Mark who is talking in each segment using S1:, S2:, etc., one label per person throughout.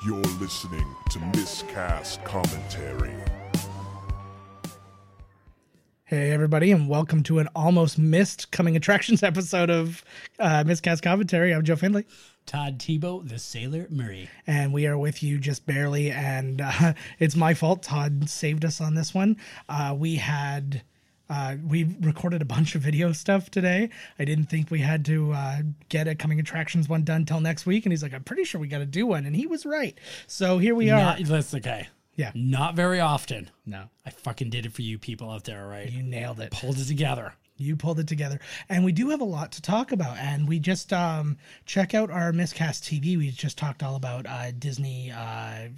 S1: You're listening to Miscast Commentary.
S2: Hey, everybody, and welcome to an almost missed coming attractions episode of uh, Miscast Commentary. I'm Joe Findley,
S3: Todd Tebow, the Sailor Murray.
S2: and we are with you just barely. And uh, it's my fault. Todd saved us on this one. Uh, we had. Uh, we recorded a bunch of video stuff today. I didn't think we had to uh, get a coming attractions one done till next week, and he's like, "I'm pretty sure we got to do one," and he was right. So here we are.
S3: Not, that's okay.
S2: yeah,
S3: Not very often.
S2: no,
S3: I fucking did it for you people out there, all right?
S2: you nailed it.
S3: Pulled it together.
S2: you pulled it together and we do have a lot to talk about and we just um check out our miscast tv we just talked all about uh disney uh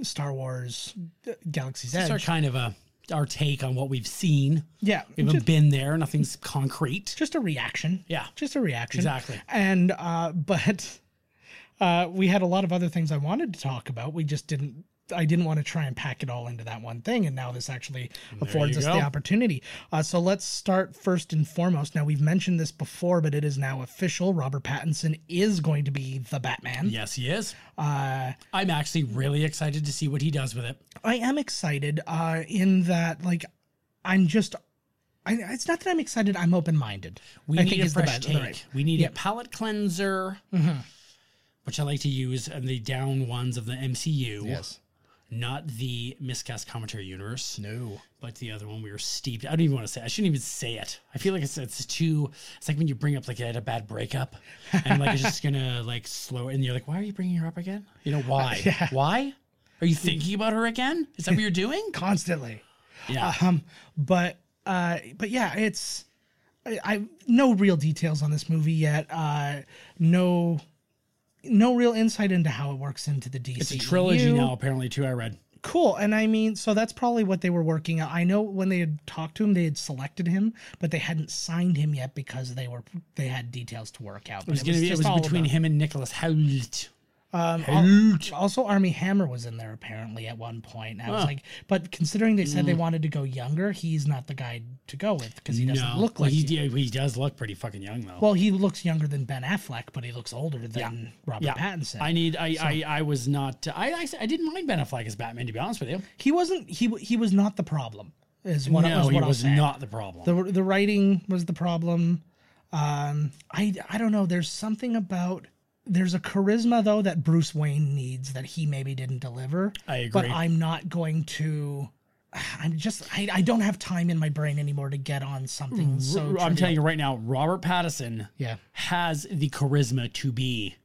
S2: star wars uh, galaxy's
S3: It's our
S2: edge
S3: kind of a our take on what we've seen.
S2: yeah
S3: We haven't
S2: just,
S3: been there. Nothing's concrete.
S2: just a reaction
S3: Yeah.
S2: just a reaction
S3: Exactly.
S2: and uh but uh we had a lot of other things i wanted to talk about we just didn't I didn't want to try and pack it all into that one thing, and now this actually affords
S3: you
S2: us
S3: go.
S2: the opportunity. Uh, so let's start first and foremost. Now we've mentioned this before, but it is now official. Robert Pattinson is going to be the Batman.
S3: Yes, he is.
S2: Uh,
S3: I'm actually really excited to see what he does with it.
S2: I am excited. Uh, in that, like, I'm just. I, it's not that I'm excited. I'm open minded.
S3: We
S2: I
S3: need
S2: think
S3: a
S2: is the
S3: fresh
S2: best- the
S3: take.
S2: right. Mm-hmm.
S3: We need
S2: Yep.
S3: a palette cleanser, which I like to use in the down ones of the MCU.
S2: Yes.
S3: Not the miscast commentary universe.
S2: No.
S3: but the other one we were steeped. I don't even want to say. I shouldn't even say it. I feel like it's it's too. It's like when you bring up like I had a bad breakup, and like it's just gonna like slow. And you're like, why are you bringing her up again? You know why?
S2: yeah.
S3: Why? Are you thinking about her again? Is that what you're doing?
S2: Constantly.
S3: Yeah.
S2: Um, but uh, but yeah, it's I, I no real details on this movie yet. Uh, no, no real insight into how it works into the DC.
S3: It's a trilogy now, apparently too. I read.
S2: Cool, and I mean, so that's probably what they were working on. I know when they had talked to him, they had selected him, but they hadn't signed him yet because they were they had details to work out.
S3: It was gonna be. It was between him and Nicholas Hoult.
S2: Um,
S3: Hoult.
S2: al- also, Army Hammer was in there apparently at one point. I was like, but considering they
S3: Mm.
S2: said they wanted to go younger, he's not the guy to go with because he doesn't
S3: No,
S2: look
S3: well,
S2: like
S3: he,
S2: you.
S3: did- he does look pretty fucking young though.
S2: Well, he looks younger than Ben Affleck, but he looks older than Robert
S3: yeah,
S2: Pattinson.
S3: I need. I, I. I was not. I, I. I didn't mind Ben Affleck as Batman. To be honest with you,
S2: he wasn't. He w- he was not the problem. Is what
S3: no,
S2: was what
S3: he
S2: I'll
S3: was
S2: say.
S3: not the problem.
S2: the The writing was the problem. Um, I I don't know. There's something about there's a charisma though that Bruce Wayne needs that he maybe didn't deliver.
S3: I agree.
S2: But I'm not going to. I'm just. I, I don't have time in my brain anymore to get on something. So
S3: R- I'm telling you right now, Robert Pattinson
S2: Yeah,
S3: has the charisma to be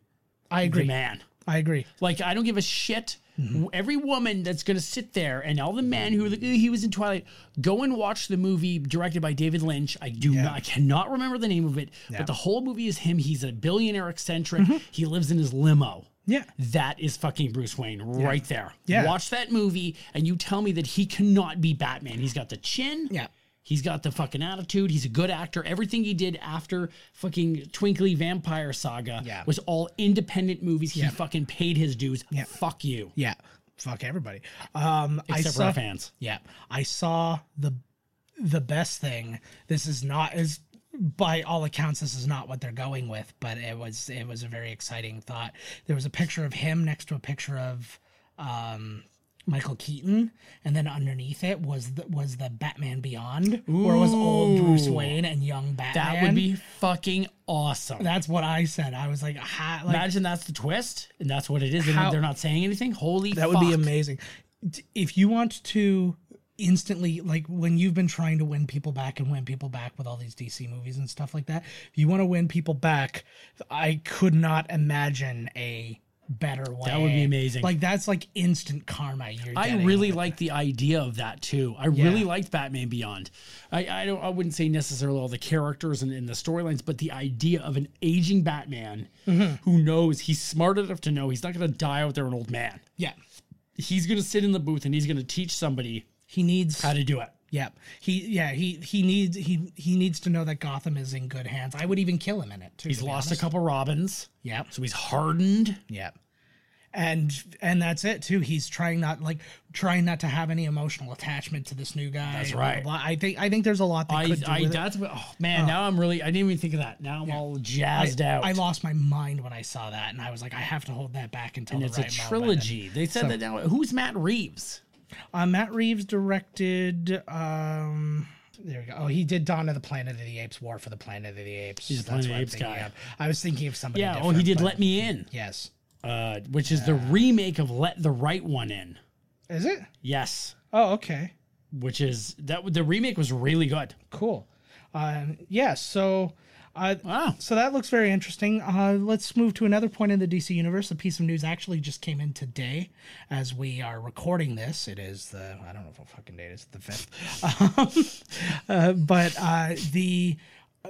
S2: I
S3: the
S2: agree.
S3: man.
S2: I agree.
S3: Like I don't give a shit. W- Every woman that's gonna sit there and all the men who are like, "Ooh, he was in Twilight, go and watch the movie directed by David Lynch. I do not, I cannot remember the name of it, but the whole movie is him. He's a billionaire eccentric. He lives in his limo.
S2: Yeah.
S3: That is fucking Bruce Wayne right there.
S2: Yeah.
S3: Watch that movie and you tell me that he cannot be Batman. He's got the chin.
S2: Yeah.
S3: He's got the fucking attitude. He's a good actor. Everything he did after fucking Twinkly Vampire Saga
S2: Yeah.
S3: was all independent movies. He fucking paid his dues. Fuck you.
S2: Yeah. Fuck everybody. Um, I
S3: Except for
S2: saw,
S3: our fans.
S2: Yeah, I saw the the best thing. This is not as by all accounts this is not what they're going with, but it was it was a very exciting thought. There was a picture of him next to a picture of um Michael Keaton, and then underneath it was the, was the Batman Beyond, where it was old Bruce Wayne and young Batman.
S3: That would be fucking awesome.
S2: That's what I said. I was like, ha, like
S3: Imagine that's the twist and that's what it is.
S2: How-
S3: And they're not saying anything. Holy
S2: That would be amazing. D- If you want to instantly like when you've been trying to win people back and win people back with all these DC movies and stuff like that, if you want to win people back, I could not imagine a better way.
S3: That would be amazing.
S2: Like that's like instant karma. You're
S3: I
S2: getting.
S3: really like the idea of that too. I really liked Batman Beyond. I, I don't I wouldn't say necessarily all the characters and, and the storylines, but the idea of an aging Batman
S2: Mm-hmm.
S3: who knows he's smart enough to know he's not gonna die out there an old man.
S2: yeah.
S3: He's gonna sit in the booth and he's gonna teach somebody
S2: He needs
S3: how to do it.
S2: yeah. He yeah, he he needs he he needs to know that Gotham is in good hands. I would even kill him in it too.
S3: He's
S2: to be
S3: lost
S2: honest.
S3: a couple Robins,
S2: Yeah.
S3: so he's hardened.
S2: Yeah. and and that's it too. He's trying not like trying not to have any emotional attachment to this new guy.
S3: That's
S2: blah, blah,
S3: right.
S2: blah. I think I think there's a lot that
S3: I,
S2: could do
S3: I
S2: with it.
S3: that's what- oh man. Now I'm really. I didn't even think of that. Now I'm all jazzed out.
S2: I lost my mind when I saw that, and I was like, I have to hold that back until
S3: And
S2: the
S3: it's
S2: right
S3: a
S2: moment.
S3: trilogy. They said that now. Who's Matt Reeves?
S2: Uh, Matt Reeves directed. Um, there we go. Oh, he did Dawn of the Planet of the Apes, War for the Planet of the Apes.
S3: He's a Planet
S2: That's
S3: of
S2: what
S3: the
S2: I'm
S3: Apes
S2: thinking
S3: guy.
S2: of. I was thinking of somebody.
S3: Yeah. Oh, he
S2: different,
S3: did
S2: but-
S3: Let Me In,
S2: Yes.
S3: uh, which is the remake of Let the Right One In.
S2: Is it?
S3: Yes.
S2: Oh, okay.
S3: Which is that the remake was really good.
S2: Cool. Um, yeah. So. Uh,
S3: Wow.
S2: So that looks very interesting. Uh, let's move to another point in the DC universe. A piece of news actually just came in today, as we are recording this. It is the I don't know what fucking date it's the fifth, um, uh, but uh, the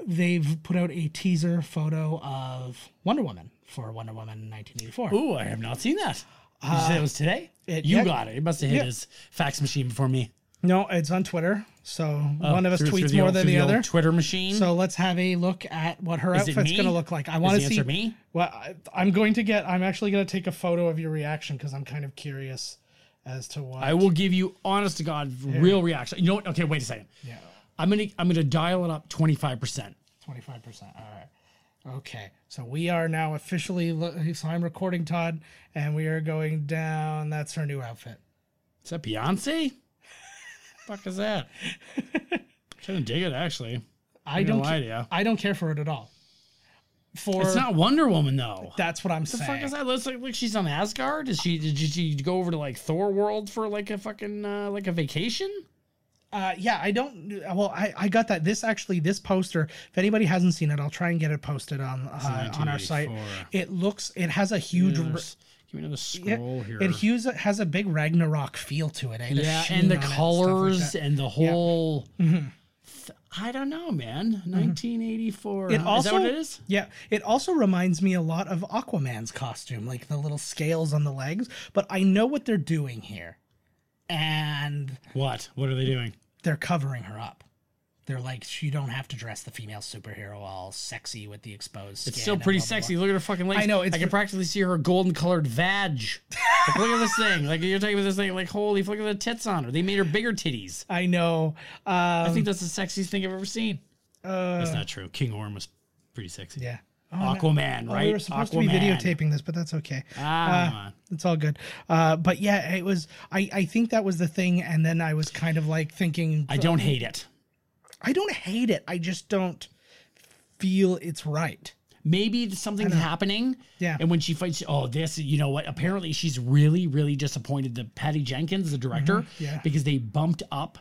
S2: they've put out a teaser photo of Wonder Woman for Wonder Woman 1984.
S3: Ooh, I have not seen that. Did you say it was today?
S2: Uh, it-
S3: you
S2: yeah.
S3: got it. It must have hit
S2: Yeah.
S3: his fax machine before me.
S2: No, it's on Twitter, so
S3: Oh,
S2: one of us
S3: through- through
S2: tweets
S3: the
S2: more
S3: old-
S2: than
S3: through
S2: the
S3: old
S2: other.
S3: Twitter machine.
S2: So let's have a look at what her
S3: Is it
S2: outfit's
S3: me?
S2: going to look like. I
S3: Is
S2: want
S3: the
S2: to see.
S3: answer me?
S2: Well, I, I'm going to get. I'm actually going to take a photo of your reaction because I'm kind of curious as to what.
S3: I will give you honest to God real reaction. You know what? Okay, wait a second.
S2: Yeah,
S3: I'm gonna I'm gonna dial it up 25. percent
S2: twenty five percent. All right. Okay, so we are now officially. lo- So I'm recording Todd, and we are going down. That's her new outfit.
S3: Is that Beyonce? fuck is that? Trying to dig it actually.
S2: I
S3: Ain't gonna
S2: don't.
S3: lie
S2: ca-
S3: to ya.
S2: I don't care for it at all. For
S3: It's not Wonder Woman though.
S2: that's what I'm
S3: the
S2: saying.
S3: fuck is that? Looks like, like she's on Asgard. Is she? Did she, she go over to like Thor world for like a fucking uh, like a vacation?
S2: Uh, yeah, I don't. Well, I, I got that. This actually, this poster. If anybody hasn't seen it, I'll try and get it posted on uh, on our site.
S3: 1984.
S2: It looks. It has a huge. r-
S3: There's- Give me another
S2: It,
S3: scroll here.
S2: it hues, has a big Ragnarok feel to it. Eh? The
S3: yeah,
S2: sheen
S3: and the
S2: on it stuff like
S3: colors
S2: that. Mm-hmm.
S3: and the whole. th- I don't know, man. 1984.
S2: It
S3: huh?
S2: also,
S3: is that what it is?
S2: yeah, it also reminds me a lot of Aquaman's costume, like the little scales on the legs. But I know what they're doing here, and
S3: What? What are they doing?
S2: they're covering her up. They're like, you don't have to dress the female superhero all sexy with the exposed.
S3: It's
S2: skin
S3: still
S2: and
S3: pretty
S2: blah, blah, blah.
S3: sexy. Look at her fucking legs.
S2: I know,
S3: I
S2: it's
S3: can
S2: re-
S3: practically see her golden colored vag. Like, look at this thing. Like you're talking about this thing. Like holy, fuck, look at the tits on her. They made her bigger titties.
S2: I know. Um,
S3: I think that's the sexiest thing I've ever seen.
S2: uh,
S3: That's not true. King Orm was pretty sexy.
S2: yeah.
S3: Oh, Aquaman, right?
S2: oh, We were supposed
S3: Aquaman.
S2: to be videotaping this, but that's okay.
S3: Ah,
S2: Uh, it's all good. Uh, but yeah, it was. I, I think that was the thing, and then I was kind of like thinking,
S3: I don't hate it.
S2: I don't hate it. I just don't feel it's right.
S3: maybe something's happening.
S2: Yeah.
S3: And when she fights, oh, this, you know what? Apparently, she's really, really disappointed that Patty Jenkins, the director,
S2: Mm-hmm. Yeah.
S3: because they bumped up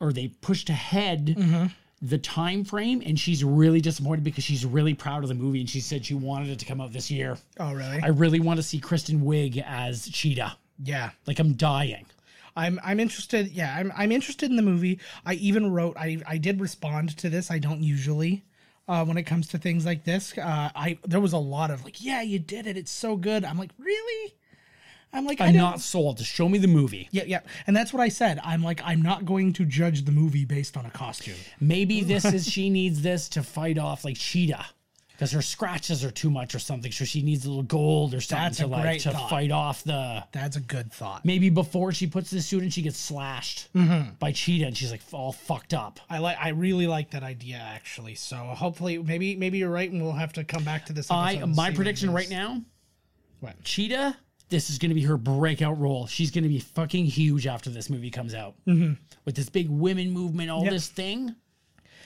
S3: or they pushed ahead
S2: Mm-hmm.
S3: the time frame, and she's really disappointed because she's really proud of the movie, and she said she wanted it to come out this year.
S2: Oh, really?
S3: I really want to see Kristen Wiig as Cheetah.
S2: yeah.
S3: Like I'm dying.
S2: I'm I'm interested. Yeah, I'm I'm interested in the movie. I even wrote. I I did respond to this. I don't usually. Uh, when it comes to things like this, uh, I there was a lot of like, yeah, you did it. It's so good. I'm like, really? I'm like, I
S3: I'm
S2: don't-
S3: not sold. Just show me the movie.
S2: Yeah, yeah, and that's what I said. I'm like, I'm not going to judge the movie based on a costume.
S3: Maybe this is she needs this to fight off like Cheetah because her scratches are too much or something. So she needs a little gold or something
S2: That's a
S3: to like
S2: great
S3: to
S2: thought.
S3: fight off the.
S2: That's a good thought.
S3: Maybe before she puts the suit and she gets slashed
S2: Mm-hmm.
S3: by Cheetah and she's like all fucked up.
S2: I like. I really like that idea actually. So hopefully, maybe maybe you're right, and we'll have to come back to this.
S3: I
S2: episode and see
S3: my
S2: what
S3: prediction
S2: it
S3: right
S2: is.
S3: now,
S2: What?
S3: Cheetah. This is going to be her breakout role. She's going to be fucking huge after this movie comes out with this big women movement, all
S2: Mm-hmm. Yep.
S3: this thing.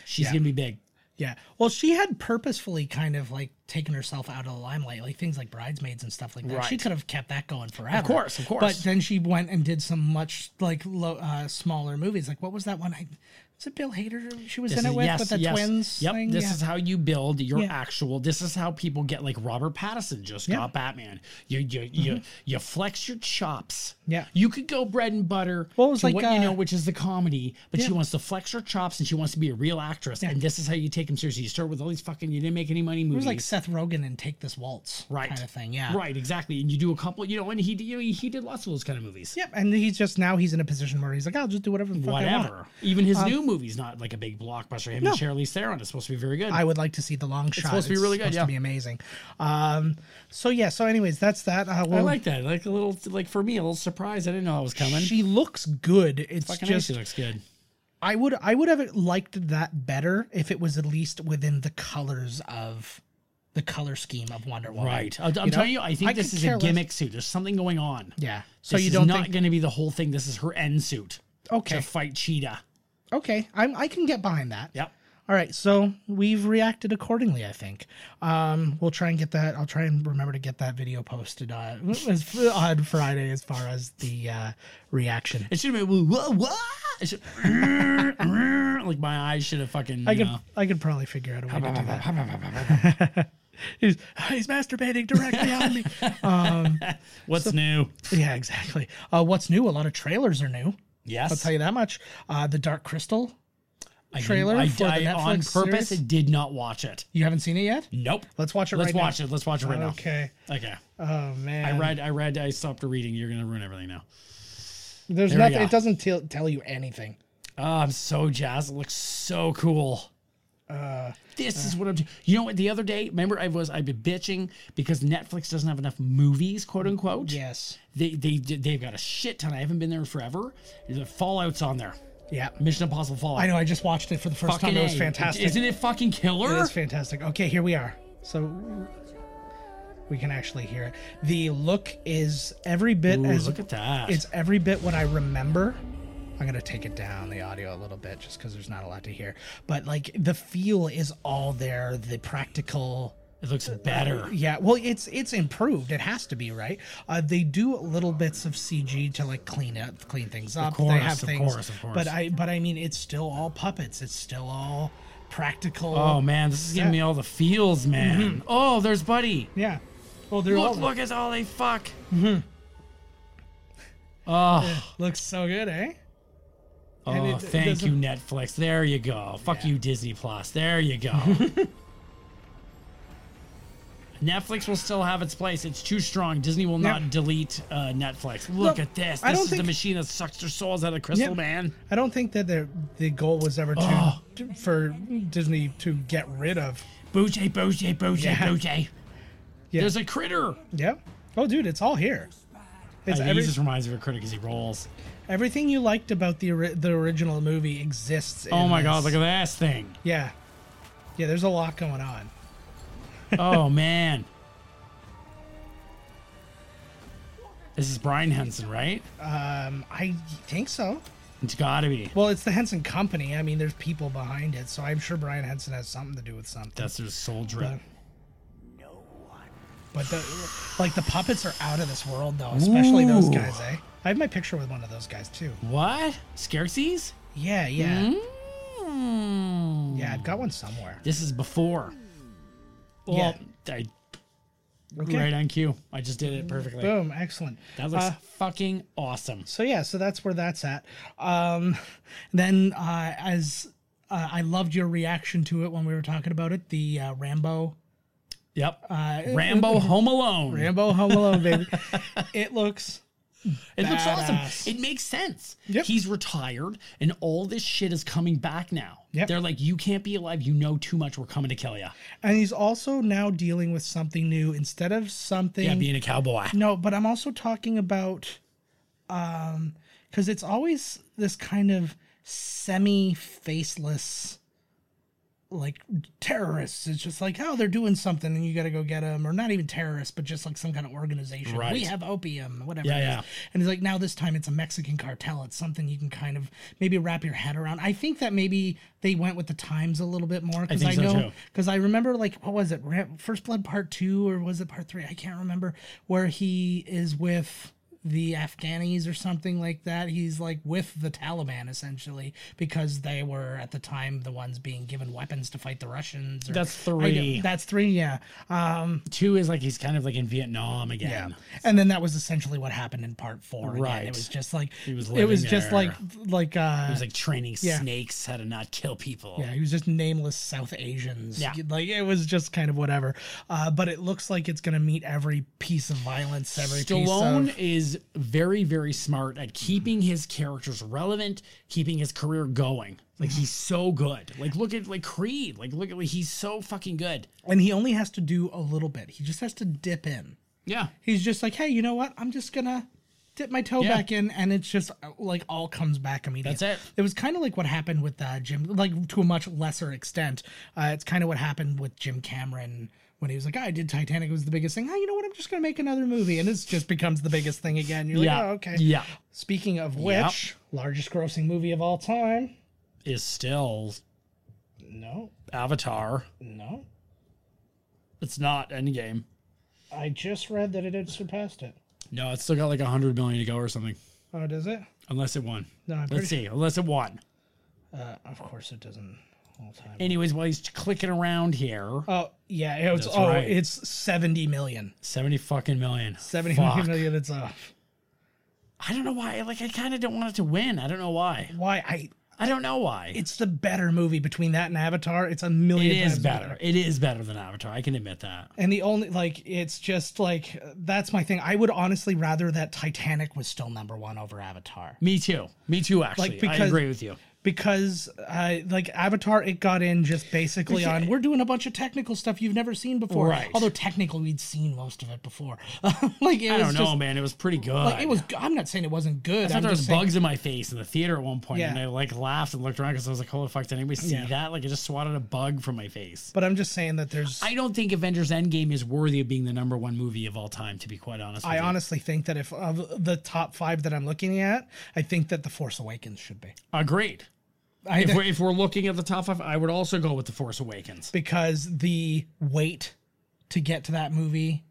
S3: She's going to be big.
S2: Yeah. Well, she had purposefully kind of like taken herself out of the limelight, like things like bridesmaids and stuff like that. She
S3: Right.
S2: could have kept that going forever. Of
S3: course, of course.
S2: But then she went and did some much like low, uh, smaller movies. Like what was that one? I, was it Bill Hader? She was
S3: This
S2: in it
S3: is-
S2: with with the twins.
S3: Yep.
S2: thing?
S3: This
S2: Yeah.
S3: is how you build your
S2: Yeah.
S3: actual. This is how people get like Robert Pattinson just
S2: Yeah. Mm-hmm.
S3: got Batman. You you you you flex your chops.
S2: Yeah.
S3: You could go bread and butter.
S2: Well, it was
S3: to
S2: like,
S3: what you
S2: uh,
S3: know, which is the comedy. But she
S2: Yeah.
S3: wants to flex her chops and she wants to be a real actress. And this is how you take them seriously. You start with all these fucking you didn't make any money movies.
S2: It was like Seth Rogen and take this waltz
S3: Right.
S2: kind of thing. Yeah.
S3: Right, exactly. And you do a couple, you know, and he you know, he did lots of those kind of movies.
S2: Yep. And he's just now he's in a position where he's like, I'll just do whatever the fuck I want.
S3: Whatever. Even his new movie's not like a big blockbuster. Him
S2: Um, No.
S3: and Charlize Theron is supposed to be very good.
S2: I would like to see the long shot. It's
S3: supposed to be really good,
S2: supposed
S3: yeah.
S2: To be amazing. Um, so yeah. So anyways, that's that. Uh,
S3: I
S2: well,
S3: like that. Like a little, like for me, a little surprise. I didn't know I was coming.
S2: she looks good. It's
S3: Fucking
S2: just
S3: just, looks good.
S2: I would I would have liked that better if it was at least within the colors of the color scheme of Wonder Woman.
S3: Right. I'm, I'm
S2: You know,
S3: telling you, I think
S2: I
S3: this
S2: could
S3: is a
S2: care less.
S3: gimmick suit. There's something going on.
S2: Yeah. So
S3: So
S2: you
S3: you
S2: don't
S3: not
S2: think
S3: going to be the whole thing. This is her end suit
S2: okay
S3: to fight Cheetah.
S2: okay I'm I can get behind that.
S3: Yep.
S2: All right, so we've reacted accordingly. I think um, we'll try and get that. I'll try and remember to get that video posted on, as, on Friday, as far as the uh, reaction.
S3: It should have been whoa, whoa. It should, like my eyes should have fucking.
S2: I
S3: you
S2: could
S3: know.
S2: I could probably figure out a way to do that. he's, he's masturbating directly on me.
S3: What's new?
S2: Yeah, exactly. Uh, what's new? A lot of trailers are new.
S3: Yes.
S2: I'll tell you that much. Uh, the Dark Crystal.
S3: I didn't-
S2: trailer
S3: I,
S2: for the
S3: I, on
S2: Netflix
S3: purpose
S2: series?
S3: did not watch it.
S2: You haven't seen it yet?
S3: Nope.
S2: Let's watch it
S3: Let's
S2: right
S3: watch
S2: now.
S3: it. Let's watch it right
S2: Okay.
S3: now. Okay.
S2: Oh man.
S3: I read. I read. I stopped reading. You're gonna ruin everything now.
S2: There's
S3: we
S2: nothing.
S3: go.
S2: It doesn't tell tell you anything.
S3: Oh, I'm so jazzed. It looks so cool.
S2: Uh,
S3: this is what I'm doing. You know what? The other day, remember, I was I've been bitching because Netflix doesn't have enough movies,
S2: Mm,
S3: quote unquote.
S2: Yes.
S3: They they they've got a shit ton. I haven't been there forever. The Fallout's on there.
S2: Yeah.
S3: Mission Impossible Fallout.
S2: I know. I just watched it for the first
S3: Fucking
S2: time. It was
S3: A.
S2: fantastic.
S3: Isn't it fucking killer?
S2: It is fantastic. Okay, here we are. So we can actually hear it. The look is every bit
S3: Ooh,
S2: as
S3: look at that.
S2: it's every bit what I remember. I'm gonna take it down the audio a little bit just because there's not a lot to hear. But like the feel is all there. The practical.
S3: it looks better.
S2: Uh, Yeah, well, it's it's improved. It has to be right. Uh, they do little bits of CG to like clean up, clean things up. they
S3: course,
S2: have
S3: of
S2: things,
S3: course, of course.
S2: but I but I mean, it's still all puppets. It's still all practical.
S3: Oh man, this is giving me all the feels,
S2: Mm-hmm.
S3: man. Oh, there's Buddy.
S2: Yeah. Oh, Well, they're all
S3: Look, look at all they fuck.
S2: Mm-hmm.
S3: Oh,
S2: looks so good, eh? And
S3: oh
S2: it- it
S3: thank
S2: doesn't-
S3: you, Netflix. There you go. Fuck you, Disney Plus. There you go. Netflix will still have its place. It's too strong. Disney will not
S2: Yep.
S3: delete uh, Netflix.
S2: Look,
S3: Look at this.
S2: I
S3: This
S2: don't
S3: is the
S2: think-
S3: machine that sucks their souls out of Crystal
S2: Yep.
S3: Man.
S2: I don't think that the the goal was ever to
S3: Oh.
S2: to- for Disney to get rid of.
S3: Bougie, bougie, bougie,
S2: Yeah.
S3: bougie.
S2: Yeah.
S3: There's a critter.
S2: Yep. Oh, dude, it's all here. It's
S3: I mean,
S2: every,
S3: he just reminds me of a critter because he rolls.
S2: everything you liked about the ori- the original movie exists.
S3: Oh
S2: in
S3: my
S2: this.
S3: god, look at that thing.
S2: Yeah. Yeah, there's a lot going on.
S3: Oh man. This is Brian Henson, right?
S2: Um, I think so.
S3: It's gotta be.
S2: Well, it's the Henson Company. I mean, there's people behind it, so I'm sure Brian Henson has something to do with something.
S3: That's their soul
S2: but,
S3: drip.
S2: but the like the puppets are out of this world though, especially those
S3: Ooh.
S2: guys, eh? I have my picture with one of those guys too.
S3: What? Scarxies?
S2: Yeah, yeah,
S3: Mm.
S2: yeah. I've got one somewhere.
S3: This is before. Well, I,
S2: Okay.
S3: right on cue. I just did it perfectly.
S2: Boom, excellent.
S3: That looks
S2: Uh,
S3: fucking awesome.
S2: so yeah, so that's where that's at. Um, then uh, as uh, I loved your reaction to it when we were talking about it, the uh, Rambo,
S3: Yep.
S2: uh,
S3: Rambo Home Alone.
S2: Rambo Home Alone, baby. it looks
S3: It looks
S2: Badass.
S3: awesome. It makes sense.
S2: Yep.
S3: He's retired, and all this shit is coming back now.
S2: Yep.
S3: They're like, you can't be alive. You know too much. We're coming to kill you.
S2: And he's also now dealing with something new instead of something.
S3: Yeah, being a cowboy.
S2: no, but I'm also talking about, um, because it's always this kind of semi-faceless, like terrorists. It's just like, oh, they're doing something, and you got to go get them, or not even terrorists, but just like some kind of organization.
S3: Right.
S2: We have opium, whatever.
S3: Yeah,
S2: it is.
S3: yeah.
S2: And he's like, now this time it's a Mexican cartel. It's something you can kind of maybe wrap your head around. I think that maybe they went with the times a little bit more because I,
S3: think so,
S2: know
S3: too.
S2: because I remember like what was it Ra- First Blood Part Two or was it Part Three? I can't remember where he is with the Afghanis or something like that. He's like with the Taliban essentially because they were at the time the ones being given weapons to fight the Russians. Or,
S3: That's
S2: I don't-
S3: three.
S2: That's three. Yeah. Um,
S3: Two is like he's kind of like in Vietnam again.
S2: yeah. Um, And then that was essentially what happened in part four. again.
S3: Right.
S2: It was just like
S3: was
S2: it was
S3: living
S2: just
S3: there.
S2: like like uh
S3: He was like training
S2: Yeah.
S3: snakes how to not kill people.
S2: Yeah, he was just nameless South Asians.
S3: Yeah.
S2: Like it was just kind of whatever. Uh, but it looks like it's gonna meet every piece of violence, every
S3: Stallone
S2: piece of
S3: is very, very smart at keeping his characters relevant, keeping his career going. Like he's so good. Like look at like Creed. Like look at he's so fucking good.
S2: and he only has to do a little bit. He just has to dip in.
S3: Yeah.
S2: He's just like, hey, you know what? I'm just gonna dip my toe
S3: Yeah.
S2: back in and it's just uh, like all comes back immediately.
S3: That's it.
S2: It was kind of like what happened with uh, Jim, like to a much lesser extent. Uh, it's kind of what happened with Jim Cameron when he was like, "I did Titanic it was the biggest thing. Oh, you know what? I'm just gonna make another movie," and it just becomes the biggest thing again. You're
S3: yeah.
S2: like, "Oh, okay."
S3: Yeah.
S2: Speaking of which, largest grossing movie of all time.
S3: Is still
S2: No,
S3: Avatar.
S2: no.
S3: It's not Endgame.
S2: I just read that it had surpassed it.
S3: No, it's still got like hundred million to go or something.
S2: Oh, does it?
S3: Unless it won.
S2: No, I'm pretty
S3: Let's see. Unless it won.
S2: Uh, of course it doesn't all time.
S3: Anyways, while he's clicking around here,
S2: Oh, yeah. It was,
S3: That's
S2: oh,
S3: right.
S2: it's 70 million.
S3: seventy fucking million.
S2: 70
S3: Fuck.
S2: million it's uh, off.
S3: I don't know why. Like I kind of don't want it to win. I don't know why.
S2: Why? I.
S3: I don't know why.
S2: It's the better movie between that and Avatar. It's a million
S3: It
S2: times
S3: is better. It is better than Avatar. I can admit that.
S2: And the only like it's just like that's my thing. I would honestly rather that Titanic was still number 1 over Avatar.
S3: Me too. Me too. Actually,
S2: Like,
S3: I
S2: because-
S3: agree with you.
S2: because uh, like Avatar, it got in just basically on we're doing a bunch of technical stuff you've never seen before.
S3: Right.
S2: Although technically we'd seen most of it before. like it
S3: I
S2: was
S3: don't know,
S2: just,
S3: man. It was pretty good.
S2: Like it was. I'm not saying it wasn't good.
S3: I
S2: I'm
S3: thought there
S2: just
S3: was
S2: saying-
S3: bugs in my face in the theater at one point, and
S2: Yeah.
S3: I like laughed and looked around because I was like, "Holy fuck! Did anybody see
S2: Yeah.
S3: that?" Like, I just swatted a bug from my face.
S2: But I'm just saying that there's. I,
S3: I don't think Avengers Endgame is worthy of being the number one movie of all time. To be quite honest, with you.
S2: honestly think that if of the top five that I'm looking at, I think that the Force Awakens should be.
S3: agreed.
S2: I,
S3: If we're, if we're looking at the top five, I would also go with The Force Awakens.
S2: because the wait to get to that movie,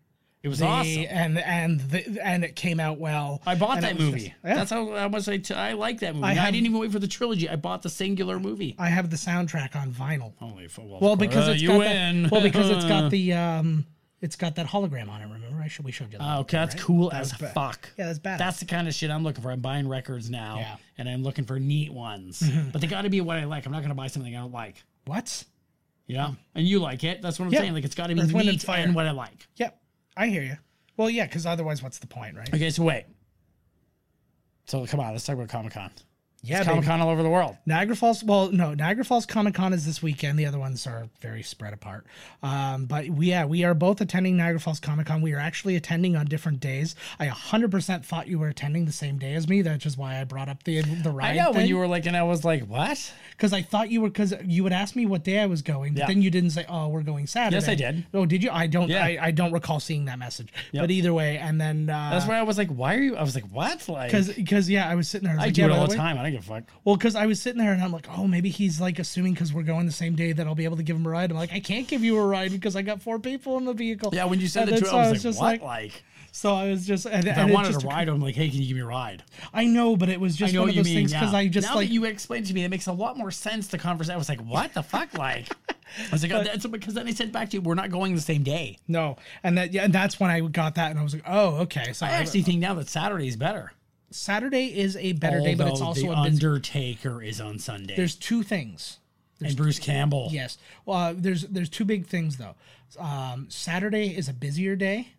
S3: It was
S2: the,
S3: awesome.
S2: and and the, and it came out well.
S3: I bought
S2: and
S3: that
S2: it was
S3: movie.
S2: just- yeah.
S3: That's how, how much I, t- I like that movie. I,
S2: I have-
S3: didn't even wait for the trilogy. I bought the singular movie.
S2: I have the soundtrack on vinyl.
S3: Only for, well,
S2: Well, because it's
S3: you
S2: got
S3: win.
S2: That, well, because it's got the um, it's got that hologram on it. Remember, I should we showed you that.
S3: Oh, okay, that's cool as
S2: was ba-
S3: fuck.
S2: yeah, that's badass.
S3: That's the kind of shit I'm looking for. I'm buying records now,
S2: Yeah.
S3: and I'm looking for neat ones. But they got to be what I like. I'm not gonna buy something I don't like.
S2: what?
S3: Yeah, and you like it. That's what I'm
S2: Yeah.
S3: saying. Like it's got to be
S2: Earth, Wind,
S3: neat
S2: and
S3: and,
S2: Fire.
S3: what I like.
S2: Yep, I hear you. Well, yeah, because otherwise, what's the point, right?
S3: Okay, so wait. So come on, let's talk about Comic Con.
S2: Yeah, baby.
S3: Comic Con all over the world.
S2: Niagara Falls. Well, no, Niagara Falls Comic Con is this weekend. The other ones are very spread apart. Um, but we, yeah, we are both attending Niagara Falls Comic Con. We are actually attending on different days. I 100% thought you were attending the same day as me. That's just why I brought up the the ride.
S3: I know when
S2: thing.
S3: you were like, and I was like, what?
S2: because I thought you were because you would ask me what day I was going, but
S3: Yeah.
S2: then you didn't say, "Oh, we're going Saturday."
S3: Yes, I did.
S2: Oh, did you? I don't.
S3: Yeah.
S2: I, I don't recall seeing that message. But either way, and then
S3: That's
S2: uh,
S3: why I was like, why are you? I was like, what? Like,
S2: because because yeah, I was sitting there. I, was
S3: I
S2: like,
S3: do
S2: yeah,
S3: it
S2: by
S3: all
S2: the
S3: the
S2: way-
S3: time. I don't give a fuck.
S2: Well, because I was sitting there and I'm like, oh, maybe he's like assuming because we're going the same day that I'll be able to give him a ride. I'm like, I can't give you a ride because I got four people in the vehicle.
S3: Yeah, when you said
S2: And then
S3: that to
S2: so
S3: I was like,
S2: just
S3: what? Like,
S2: so I was just, and,
S3: I
S2: and it
S3: wanted
S2: just
S3: a ride. I'm like, hey, can you give me a ride?
S2: I know, but it was
S3: I
S2: just
S3: know
S2: one
S3: what
S2: of
S3: you
S2: those
S3: mean.
S2: things because
S3: yeah.
S2: I just
S3: now
S2: like
S3: that you explained to me, that makes a lot more sense. The conversation. I was like, what the fuck? Like, I was like, oh, that's because then I said back to you, we're not going the same day.
S2: no, and that yeah, and that's when I got that and I was like, oh, okay. So
S3: I actually think now that Saturday is better.
S2: Saturday is a better day, but it's
S3: Although
S2: also
S3: the
S2: a busy
S3: Undertaker is on Sunday.
S2: There's two things.
S3: and Bruce Campbell.
S2: Yes. Well, uh, there's there's two big things though. Um, Saturday is a busier day,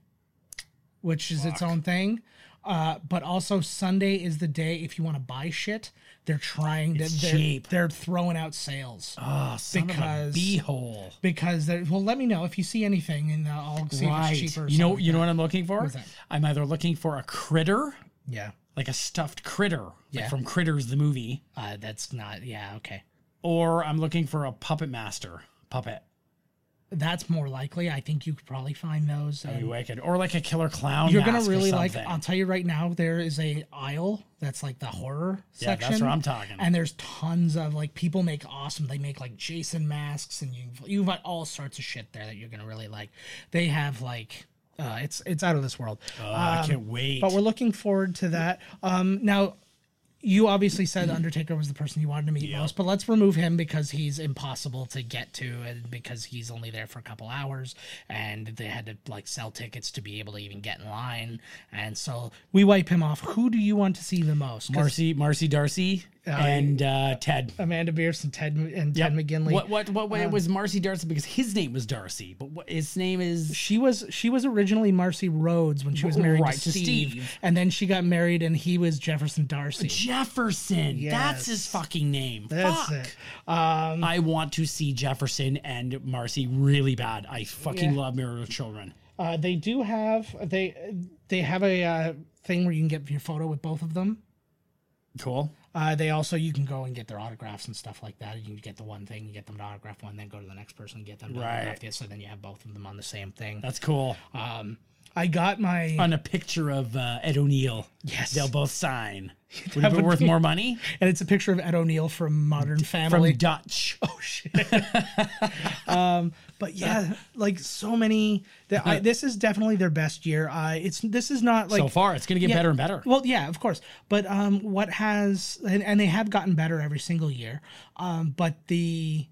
S2: which is its own thing. Uh, but also Sunday is the day if you want to buy shit, they're trying to
S3: It's
S2: they're,
S3: cheap.
S2: they're throwing out sales
S3: Oh, son
S2: Because-
S3: of a beehole.
S2: because they're well. Let me know if you see anything, and uh, I'll see if it's
S3: Right.
S2: cheaper. or
S3: You know.
S2: something.
S3: You know what I'm looking for?
S2: that?
S3: I'm either looking for a critter,
S2: yeah,
S3: like a stuffed critter, like
S2: Yeah.
S3: from Critters the movie.
S2: uh, that's not yeah okay.
S3: or I'm looking for a puppet master puppet.
S2: That's more likely. I think you could probably find those. um,
S3: You wicked, or like a killer clown.
S2: You're gonna
S3: mask or
S2: really like.
S3: something.
S2: I'll tell you right now, there is a aisle that's like the horror
S3: Yeah,
S2: section.
S3: that's what I'm talking.
S2: And there's tons of like people make awesome. They make like Jason masks, and you you've got all sorts of shit there that you're gonna really like. They have like Uh, it's it's out of this world.
S3: I can't wait.
S2: um, But we're looking forward to that. Um, now, you obviously said Undertaker was the person you wanted to meet most, but let's remove him because he's impossible to get to, and because he's only there for a couple hours, and they had to like sell tickets to be able to even get in line, and so we wipe him off. Who do you want to see the most? 'Cause
S3: Marcy, Marcy Darcy, and uh, Ted.
S2: Amanda Bierce and Ted and Oh, Ted McGinley. Um,
S3: What what what, what it was Marcy Darcy because his name was Darcy, but what his name is
S2: she was she was originally Marcy Rhodes when she was married
S3: Right,
S2: to,
S3: to
S2: Steve,
S3: Steve.
S2: and then she got married and he was Jefferson Darcy.
S3: Jefferson. That's his
S2: Yes.
S3: fucking name.
S2: That's
S3: Fuck.
S2: it. Um,
S3: I want to see Jefferson and Marcy really bad. I fucking
S2: Yeah.
S3: love Mirror of Children.
S2: Uh, they do have they they have a uh, thing where you can get your photo with both of them.
S3: Cool.
S2: Uh, they also you can go and get their autographs and stuff like that. You can get the one thing, you get them to autograph one, then go to the next person, get them to
S3: Right.
S2: autograph the. So then you have both of them on the same thing.
S3: That's cool.
S2: Um, I got my
S3: On a picture of uh, Ed O'Neill.
S2: Yes.
S3: They'll both sign. Would
S2: That
S3: it be
S2: would
S3: worth
S2: be-
S3: more money?
S2: and it's a picture of Ed O'Neill from Modern
S3: From
S2: Family.
S3: Dutch.
S2: oh shit. um, but yeah, like so many. The, I, this is definitely their best year. Uh, it's this is not like
S3: so far, it's going to get
S2: Yeah.
S3: better and better.
S2: Well, yeah, of course. But um, what has and, and they have gotten better every single year. Um, but the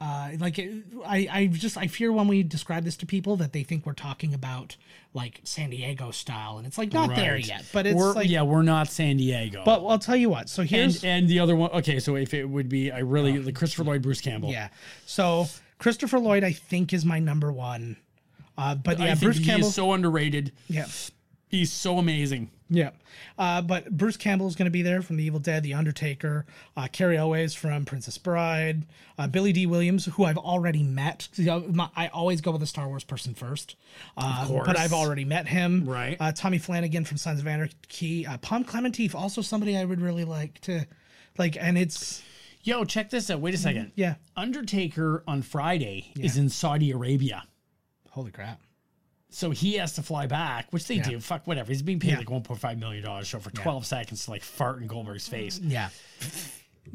S2: uh, like it, I, I just I fear when we describe this to people that they think we're talking about like San Diego style, and it's like not there
S3: Right.
S2: yet. But it's
S3: We're-
S2: like
S3: yeah, we're not San Diego.
S2: But I'll tell you what. So here's
S3: and and the other one. Okay, so if it would be, I really the Christopher Lloyd Bruce Campbell.
S2: Oh. yeah. So Christopher Lloyd, I think, is my number one. Uh, but
S3: I
S2: yeah,
S3: think
S2: Bruce
S3: he
S2: Campbell.
S3: is so underrated.
S2: yeah.
S3: He's so amazing.
S2: Yeah, uh, but Bruce Campbell is going to be there from The Evil Dead, The Undertaker, uh, Carrie Elways from Princess Bride, uh, Billy D. Williams, who I've already met. You know, my- I always go with a Star Wars person first, uh,
S3: course.
S2: but I've already met him.
S3: Right.
S2: Uh, Tommy Flanagan from Sons of Anarchy, uh, Pom Clementif, also somebody I would really like to, like, and it's
S3: Yo, check this out. Wait a second.
S2: Mm-hmm. yeah.
S3: Undertaker on Friday is in Saudi Arabia.
S2: Holy crap!
S3: So he has to fly back, which they
S2: Yeah.
S3: do. Fuck whatever. He's being paid
S2: Yeah.
S3: like one point five million dollars show for twelve seconds to like fart in Goldberg's face.
S2: Yeah,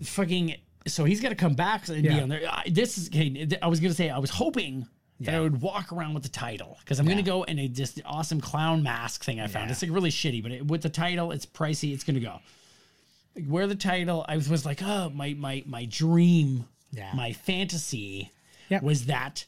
S3: Fucking. So he's got to come back. So
S2: Yeah.
S3: be on there. I, this is. Okay, I was gonna say. I was hoping that I would walk around with the title because I'm gonna go in a just awesome clown mask thing I found. It's like really shitty, but it, with the title, it's pricey. It's gonna go. Like, Wear the title. I was, was like, oh my my my dream,
S2: Yeah.
S3: my fantasy
S2: Yeah.
S3: was that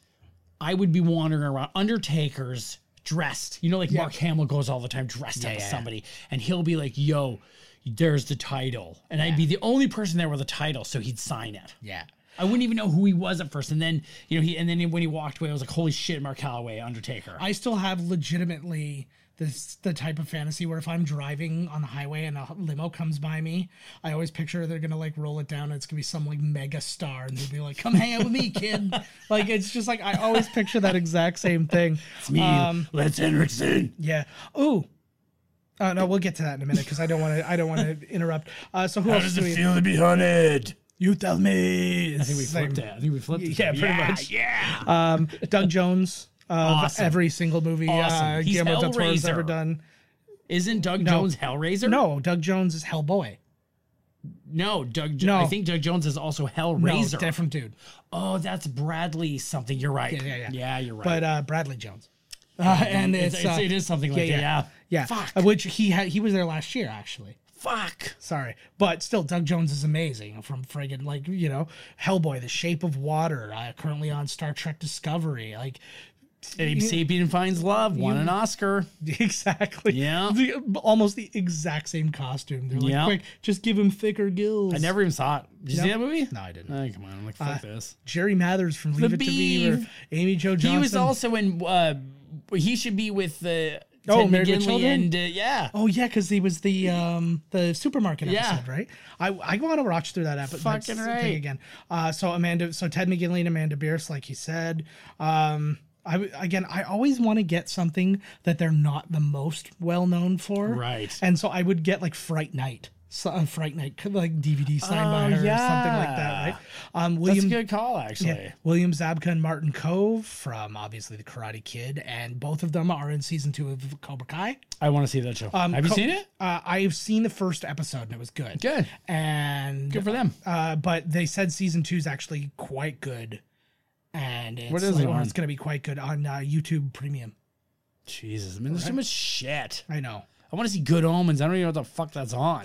S3: I would be wandering around Undertaker's dressed. You know, like Mark Hamill goes all the time dressed up
S2: Yeah,
S3: as
S2: yeah.
S3: somebody, and he'll be like, "Yo, there's the title," and I'd be the only person there with a title, so he'd sign it.
S2: yeah,
S3: I wouldn't even know who he was at first, and then you know he, and then when he walked away, I was like, "Holy shit, Mark Calloway, Undertaker."
S2: I still have legitimately this the type of fantasy where if I'm driving on the highway and a limo comes by me, I always picture they're gonna like roll it down and it's gonna be some like mega star and they'll be like, "Come hang out with me, kid." like it's just like I always picture that exact same thing. Um,
S3: me, Lance Henriksen.
S2: Yeah. Ooh. Uh, no, we'll get to that in a minute because I don't want to. I don't want to interrupt. Uh, so who else do we?
S3: to be hunted?
S2: You tell me.
S3: I think we flipped it. I think we flipped it.
S2: Yeah, pretty
S3: yeah,
S2: much.
S3: Yeah.
S2: Um, Doug Jones of
S3: Awesome.
S2: every single movie
S3: Awesome.
S2: uh,
S3: He's
S2: Guillermo del Toro's
S3: Hellraiser.
S2: ever done.
S3: Isn't Doug Jones Hellraiser?
S2: No, Doug Jones is Hellboy.
S3: No, Doug. Jo-
S2: No.
S3: I think Doug Jones is also
S2: No,
S3: Hellraiser.
S2: different dude.
S3: oh, that's Bradley something. You're right.
S2: Yeah, yeah, yeah.
S3: you're right.
S2: but uh, Bradley Jones, uh, and it's,
S3: it's, it's,
S2: uh,
S3: it is something like
S2: yeah,
S3: that. Yeah.
S2: yeah,
S3: Fuck.
S2: uh, which he had he was there last year actually.
S3: Fuck.
S2: Sorry, but still, Doug Jones is amazing from friggin' like you know Hellboy, The Shape of Water, uh, currently on Star Trek Discovery. Like
S3: Abe Sapien finds love. Won an Oscar.
S2: exactly,
S3: Yeah.
S2: the, almost the exact same costume. They're like,
S3: Yeah.
S2: quick, just give him thicker gills.
S3: I never even saw it. Did you see
S2: No.
S3: that movie?
S2: No, I didn't.
S3: Oh, come on. I'm like, fuck this.
S2: Jerry Mathers from Leave It to Beaver,
S3: Beeve.
S2: Amy Jo Johnson.
S3: He was also in. Uh, he should be with the.
S2: Oh,
S3: Ted
S2: Married with
S3: McGinley
S2: Children?
S3: And, uh, yeah.
S2: Oh yeah, because he was the um the supermarket
S3: Yeah.
S2: episode, right? I I want to watch through that episode
S3: Fucking right.
S2: again. Uh, so Amanda, so Ted McGinley and Amanda Bierce, like he said. Um, I w- again, I always want to get something that they're not the most well known for,
S3: Right.
S2: And so I would get like Fright Night. So, uh, Fright Night, kind of like DVD signed by
S3: Oh,
S2: her or something like
S3: yeah.
S2: that, right? Um,
S3: That's a
S2: William,
S3: good call, actually.
S2: yeah, William Zabka and Martin Cove from obviously The Karate Kid, and both of them are in season two of Cobra Kai.
S3: I want to see that show. Have you
S2: Co-
S3: seen it?
S2: Uh, I've seen the first episode and it was good.
S3: Good.
S2: And
S3: Good for them.
S2: uh, but they said season two is actually quite good, and it's,
S3: What is
S2: like-
S3: it
S2: or
S3: on?
S2: it's going to be quite good on uh, YouTube Premium.
S3: Jesus, man, there's so much shit.
S2: I know.
S3: I want to see Good Omens. I don't even know what the fuck that's on.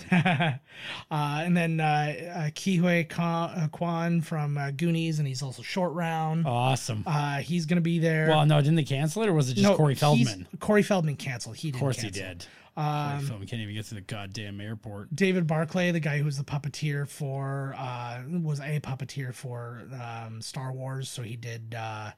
S2: Uh, and then uh, uh, Kihei Ka- uh, Kwan from uh, Goonies, and he's also short round.
S3: awesome.
S2: Uh, he's going to be there.
S3: Oh. well, no, didn't they cancel it, or was it just Corey
S2: he's-
S3: Feldman? Of
S2: Corey Feldman canceled. He didn't
S3: course he
S2: cancel.
S3: did. Um, Corey Feldman can't even get to the goddamn airport.
S2: David Barclay, the guy who was the puppeteer for, uh, was a puppeteer for um, Star Wars, so he did uh,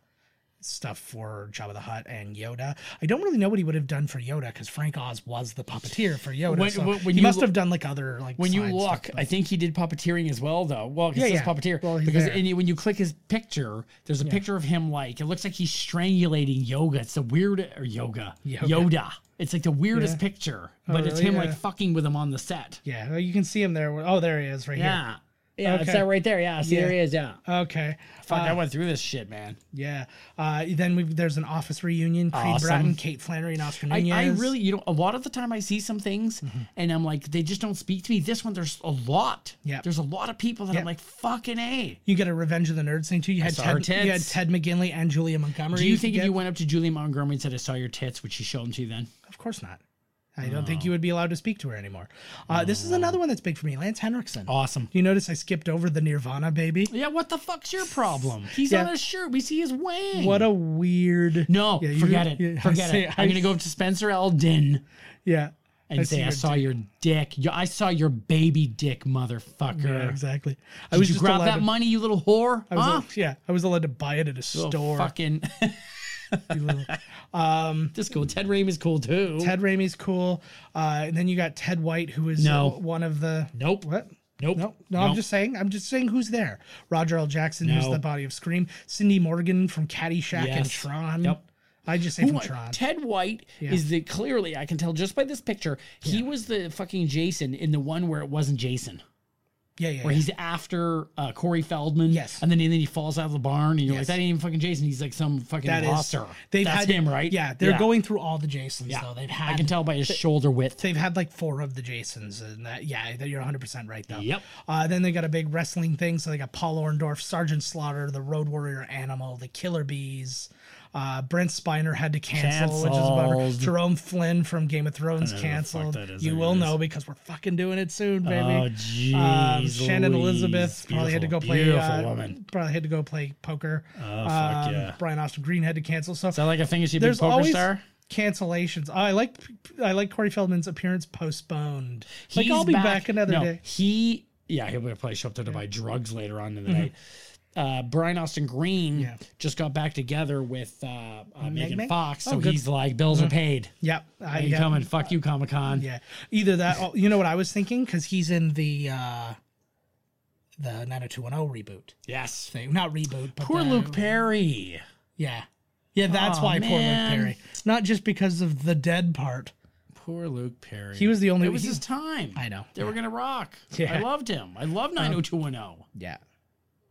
S2: stuff for Jabba the Hutt and Yoda. I don't really know what he would have done for Yoda because Frank Oz was the puppeteer for Yoda.
S3: When-
S2: so
S3: when- when
S2: he
S3: you
S2: must
S3: lo-
S2: have done like other like
S3: When you
S2: side
S3: look,
S2: stuff,
S3: I think he did puppeteering as well, though. Well, 'cause
S2: Yeah,
S3: it says
S2: yeah.
S3: puppeteer
S2: Well, he's
S3: because
S2: there.
S3: and you- when you click his picture, there's a picture of him like it looks like he's strangulating yoga. It's the weird or yoga,
S2: Yoga.
S3: Yoda. It's like the weirdest
S2: Yeah. Oh,
S3: picture, but it's
S2: really?
S3: him
S2: Yeah.
S3: like fucking with him on the set.
S2: yeah, well, you can see him there. Oh, there he is, right here.
S3: Yeah, yeah, it's
S2: Okay.
S3: that right there. Yeah, see,
S2: Yeah.
S3: there he is. Yeah,
S2: Okay.
S3: fuck,
S2: Uh,
S3: I went through this shit, man.
S2: yeah. Uh, then we've, there's an office reunion. Creed
S3: Awesome.
S2: Bratton, Kate Flannery, and Oscar
S3: I,
S2: Nunez.
S3: I really, you know, a lot of the time I see some things
S2: Mm-hmm.
S3: and I'm like, they just don't speak to me. This one, there's a lot.
S2: Yeah.
S3: There's a lot of people that
S2: Yeah.
S3: I'm like, fucking A.
S2: You get a Revenge of the Nerds thing too. You had
S3: saw her
S2: Ted, you had
S3: tits.
S2: Ted McGinley and Julia Montgomery.
S3: Do you think if
S2: get-
S3: you went up to Julie Montgomery and said, I saw your tits, would she show them to you then?
S2: Of course not. I don't think you would be allowed to speak to her anymore. Uh, This is another one that's big for me. Lance Henriksen.
S3: Awesome.
S2: Do you notice I skipped over the Nirvana baby?
S3: Yeah, what the fuck's your problem? He's
S2: Yeah.
S3: on a shirt. We see his wang.
S2: What a weird.
S3: No,
S2: Yeah, you-
S3: forget it.
S2: yeah, I
S3: forget
S2: see-
S3: it.
S2: I-
S3: I'm going to go up to Spencer Eldon
S2: Yeah.
S3: and
S2: I see
S3: say, I
S2: your
S3: saw
S2: dick."
S3: your dick. Yo- I saw your baby dick, motherfucker.
S2: Yeah, exactly. I
S3: Did
S2: was
S3: you
S2: just
S3: grab
S2: allowed
S3: that
S2: to,
S3: money, you little whore?
S2: I was
S3: huh? Oh,
S2: al- yeah, I was allowed to buy it at a
S3: Little
S2: store.
S3: Fucking.
S2: You little-
S3: That's cool. Ted Rame is cool too.
S2: Ted Raimi's cool. Uh, and then you got Ted White, who is
S3: No.
S2: uh, one of the.
S3: Nope.
S2: What?
S3: Nope.
S2: No, no, I'm just saying. I'm just saying who's there. Roger L. Jackson, who's
S3: No.
S2: the body of Scream. Cindy Morgan from Caddyshack and
S3: Yes.
S2: Tron.
S3: Yep.
S2: I just say
S3: Who
S2: from
S3: wa-
S2: Tron.
S3: Ted White is the clearly I can tell just by this picture he was the fucking Jason in the one where it wasn't Jason
S2: yeah, yeah.
S3: where
S2: yeah.
S3: he's after uh, Corey Feldman
S2: Yes.
S3: and then and then he falls out of the barn and you're
S2: Yes.
S3: like that ain't even fucking Jason he's like some fucking
S2: That is-
S3: imposter that's him right
S2: Yeah, they're going through all the Jasons though. They've had
S3: I can tell by his shoulder width
S2: they've had like four of the Jasons, and that yeah, that you're 100 percent right though.
S3: Yep.
S2: Uh, then they got a big wrestling thing, so they got Paul Orndorff, Sergeant Slaughter, the Road Warrior Animal, the Killer Bees. Uh, Brent Spiner had to cancel, which is a bummer.
S3: Canceled.
S2: Jerome Flynn from Game of Thrones
S3: know who the fuck
S2: canceled.
S3: that is
S2: You will
S3: anyways.
S2: know because we're fucking doing it soon, baby.
S3: oh jeez
S2: Um, Shannon
S3: Louise.
S2: Elizabeth probably had to go
S3: Beautiful,
S2: play.
S3: beautiful
S2: uh,
S3: woman
S2: Probably had to go play poker. Oh
S3: fuck yeah.
S2: Brian Austin Green had to cancel. So
S3: is that like a thing is she a big
S2: there's
S3: poker
S2: always
S3: star
S2: cancellations. Oh, I like I like Corey Feldman's appearance postponed. Like I'll be back, another
S3: no,
S2: day.
S3: He yeah, he'll probably show up there to buy drugs later on in the night. Uh, Brian Austin Green
S2: Mm-hmm. Yeah.
S3: just got back together with uh, uh, Megan
S2: Meg?
S3: Fox, so
S2: Oh, good.
S3: he's like, bills are paid.
S2: Yep, I
S3: Ain't
S2: yeah,
S3: coming. Fuck you, Comic Con.
S2: Yeah, either that. Or, you know what I was thinking because he's in the uh the 90210 reboot
S3: Yes.
S2: thing. Not reboot, but
S3: Poor
S2: the-
S3: Luke Perry.
S2: Yeah, yeah. That's
S3: Aw,
S2: why poor
S3: man.
S2: Luke Perry. Not just because of the dead part.
S3: Poor Luke Perry.
S2: He was the only.
S3: It was
S2: he-
S3: his time.
S2: I know.
S3: They were gonna rock.
S2: Yeah. Oh.
S3: I loved him. I love 90210.
S2: yeah.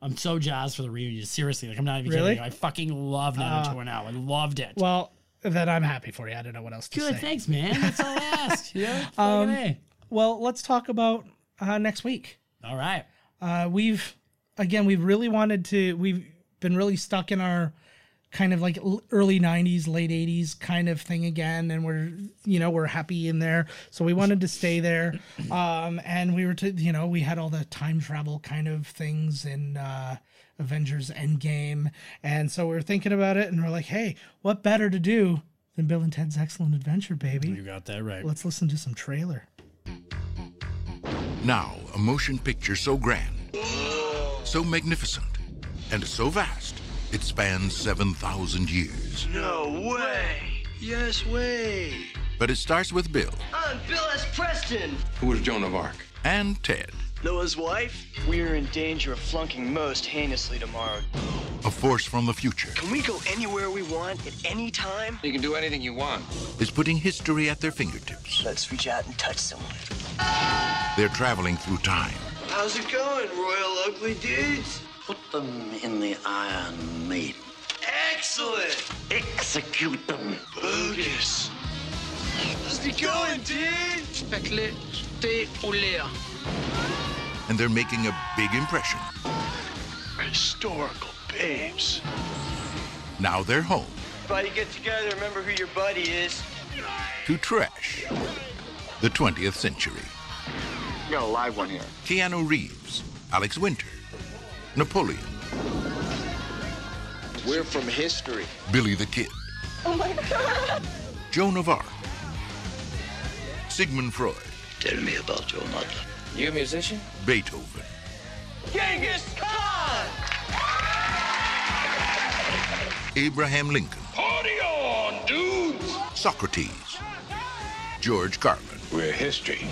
S3: I'm so jazzed for the reunion. Seriously, like I'm not even
S2: Really? Uh,
S3: kidding. you. I fucking love 90210. I loved it.
S2: Well, then I'm happy for you. I don't know what else to
S3: Good,
S2: say.
S3: thanks, man. That's all I asked. yeah. fucking
S2: Um,
S3: A.
S2: Well, let's talk about uh, next week.
S3: All right.
S2: uh, we've again we've really wanted to we've been really stuck in our kind of like l- early 90s late 80s kind of thing again and we're you know we're happy in there so we wanted to stay there um and we were to you know we had all the time travel kind of things in uh avengers endgame and so we were thinking about it and we're like hey what better to do than bill and ted's excellent adventure baby
S3: You got that right.
S2: let's listen to some trailer
S4: Now, a motion picture so grand, so magnificent, and so vast, it spans 7,000 years.
S5: No way! Yes way!
S4: But it starts with Bill
S5: I'm Bill S. Preston!
S6: Who was Joan of Arc?
S4: and Ted,
S5: Noah's wife? We're in danger of flunking most heinously tomorrow.
S4: a force from the future,
S5: Can we go anywhere we want at any time?
S6: You can do anything you want.
S4: is putting history at their fingertips.
S5: Let's reach out and touch someone.
S4: They're traveling through time,
S5: How's it going, Royal Ugly Dudes?
S7: Put them in the Iron Maiden.
S5: Excellent!
S7: Execute them.
S5: Bogus! How's it going, dude?
S4: and they're making a big impression.
S5: Historical babes.
S4: Now they're home,
S5: Everybody get together, remember who your buddy is.
S4: to trash the 20th century.
S6: We got a live one here.
S4: Keanu Reeves, Alex Winter, Napoleon,
S6: We're from history.
S4: Billy the Kid. Joan of Arc, Sigmund Freud,
S7: Tell me about your mother.
S6: You a musician?
S4: Beethoven,
S5: Genghis Khan!
S4: Abraham Lincoln,
S8: Party on, dudes!
S4: Socrates, George Carlin,
S8: We're history.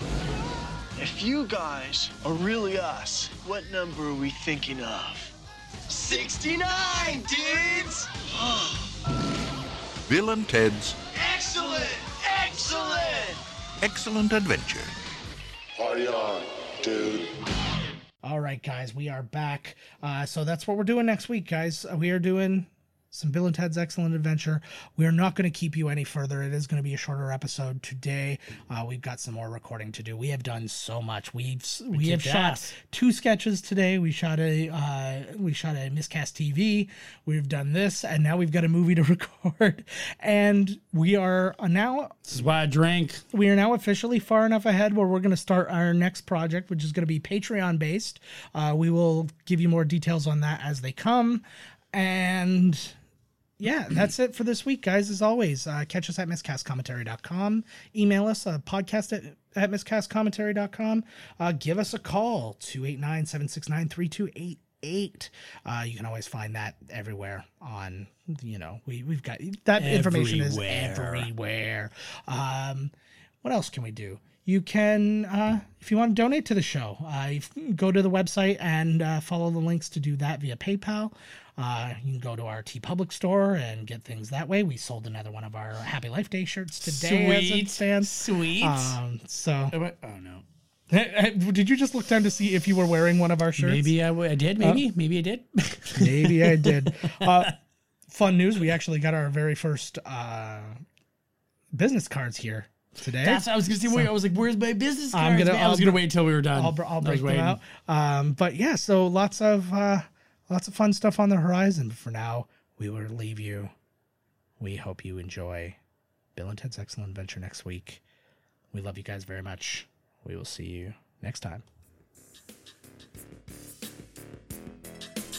S5: If you guys are really us, what number are we thinking of? 69, dudes!
S4: Bill and Ted's
S5: Excellent! Excellent!
S4: Excellent Adventure.
S8: Party on, dude.
S2: All right, guys, we are back. Uh, so that's what we're doing next week, guys. Uh, We are doing some Bill and Ted's Excellent Adventure. We're not going to keep you any further. It is going to be a shorter episode today. Uh, we've got some more recording to do. We have done so much. We've s- we, have
S3: kicked
S2: shot
S3: ass.
S2: two sketches today. We shot a uh, we shot a miscast TV. We've done this, and now we've got a movie to record. And we are uh, now
S3: This is why I drank.
S2: we are now officially far enough ahead where we're going to start our next project, which is going to be Patreon based. Uh, we will give you more details on that as they come. And yeah, that's it for this week, guys. As always, uh, catch us at miscastcommentary.com. Email us uh, podcast at, at miscastcommentary.com. Uh, give us a call 289 769 3288. Uh, You can always find that everywhere on, you know, we, we've got that information is
S3: Everywhere.
S2: everywhere. Um, what else can we do? You can, uh, if you want to donate to the show, uh, you can go to the website and uh, follow the links to do that via PayPal. Uh, you can go to our T Public store and get things that way. We sold another one of our Happy Life Day shirts today, as it
S3: Sweet.
S2: stands.
S3: Sweet.
S2: Um, so,
S3: oh wait, oh, no.
S2: did you just look down to see if you were wearing one of our shirts? Uh,
S3: Maybe I, w- I did. Maybe. maybe I did.
S2: Maybe I did. Uh, fun news: we actually got our very first uh, business cards here today.
S3: That's I was gonna say. Wait, I was like, "Where's my business
S2: I'm
S3: cards?"
S2: gonna-
S3: man? I
S2: I'll
S3: was gonna
S2: br-
S3: wait until we were done.
S2: I'll, br-
S3: I
S2: I'll
S3: was
S2: break them
S3: waiting.
S2: out. Um, but yeah, so lots of uh, lots of fun stuff on the horizon. But for now, we will leave you. We hope you enjoy Bill and Ted's Excellent Adventure next week. We love you guys very much. We will see you next time.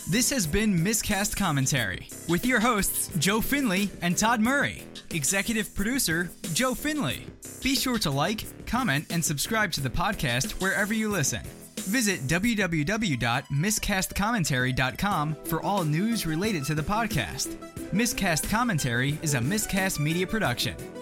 S9: This has been Miscast Commentary with your hosts, Joe Finley and Todd Murray. Executive producer, Joe Finley. Be sure to like, comment, and subscribe to the podcast wherever you listen. Visit www.miscastcommentary.com for all news related to the podcast. Miscast Commentary is a miscast media production.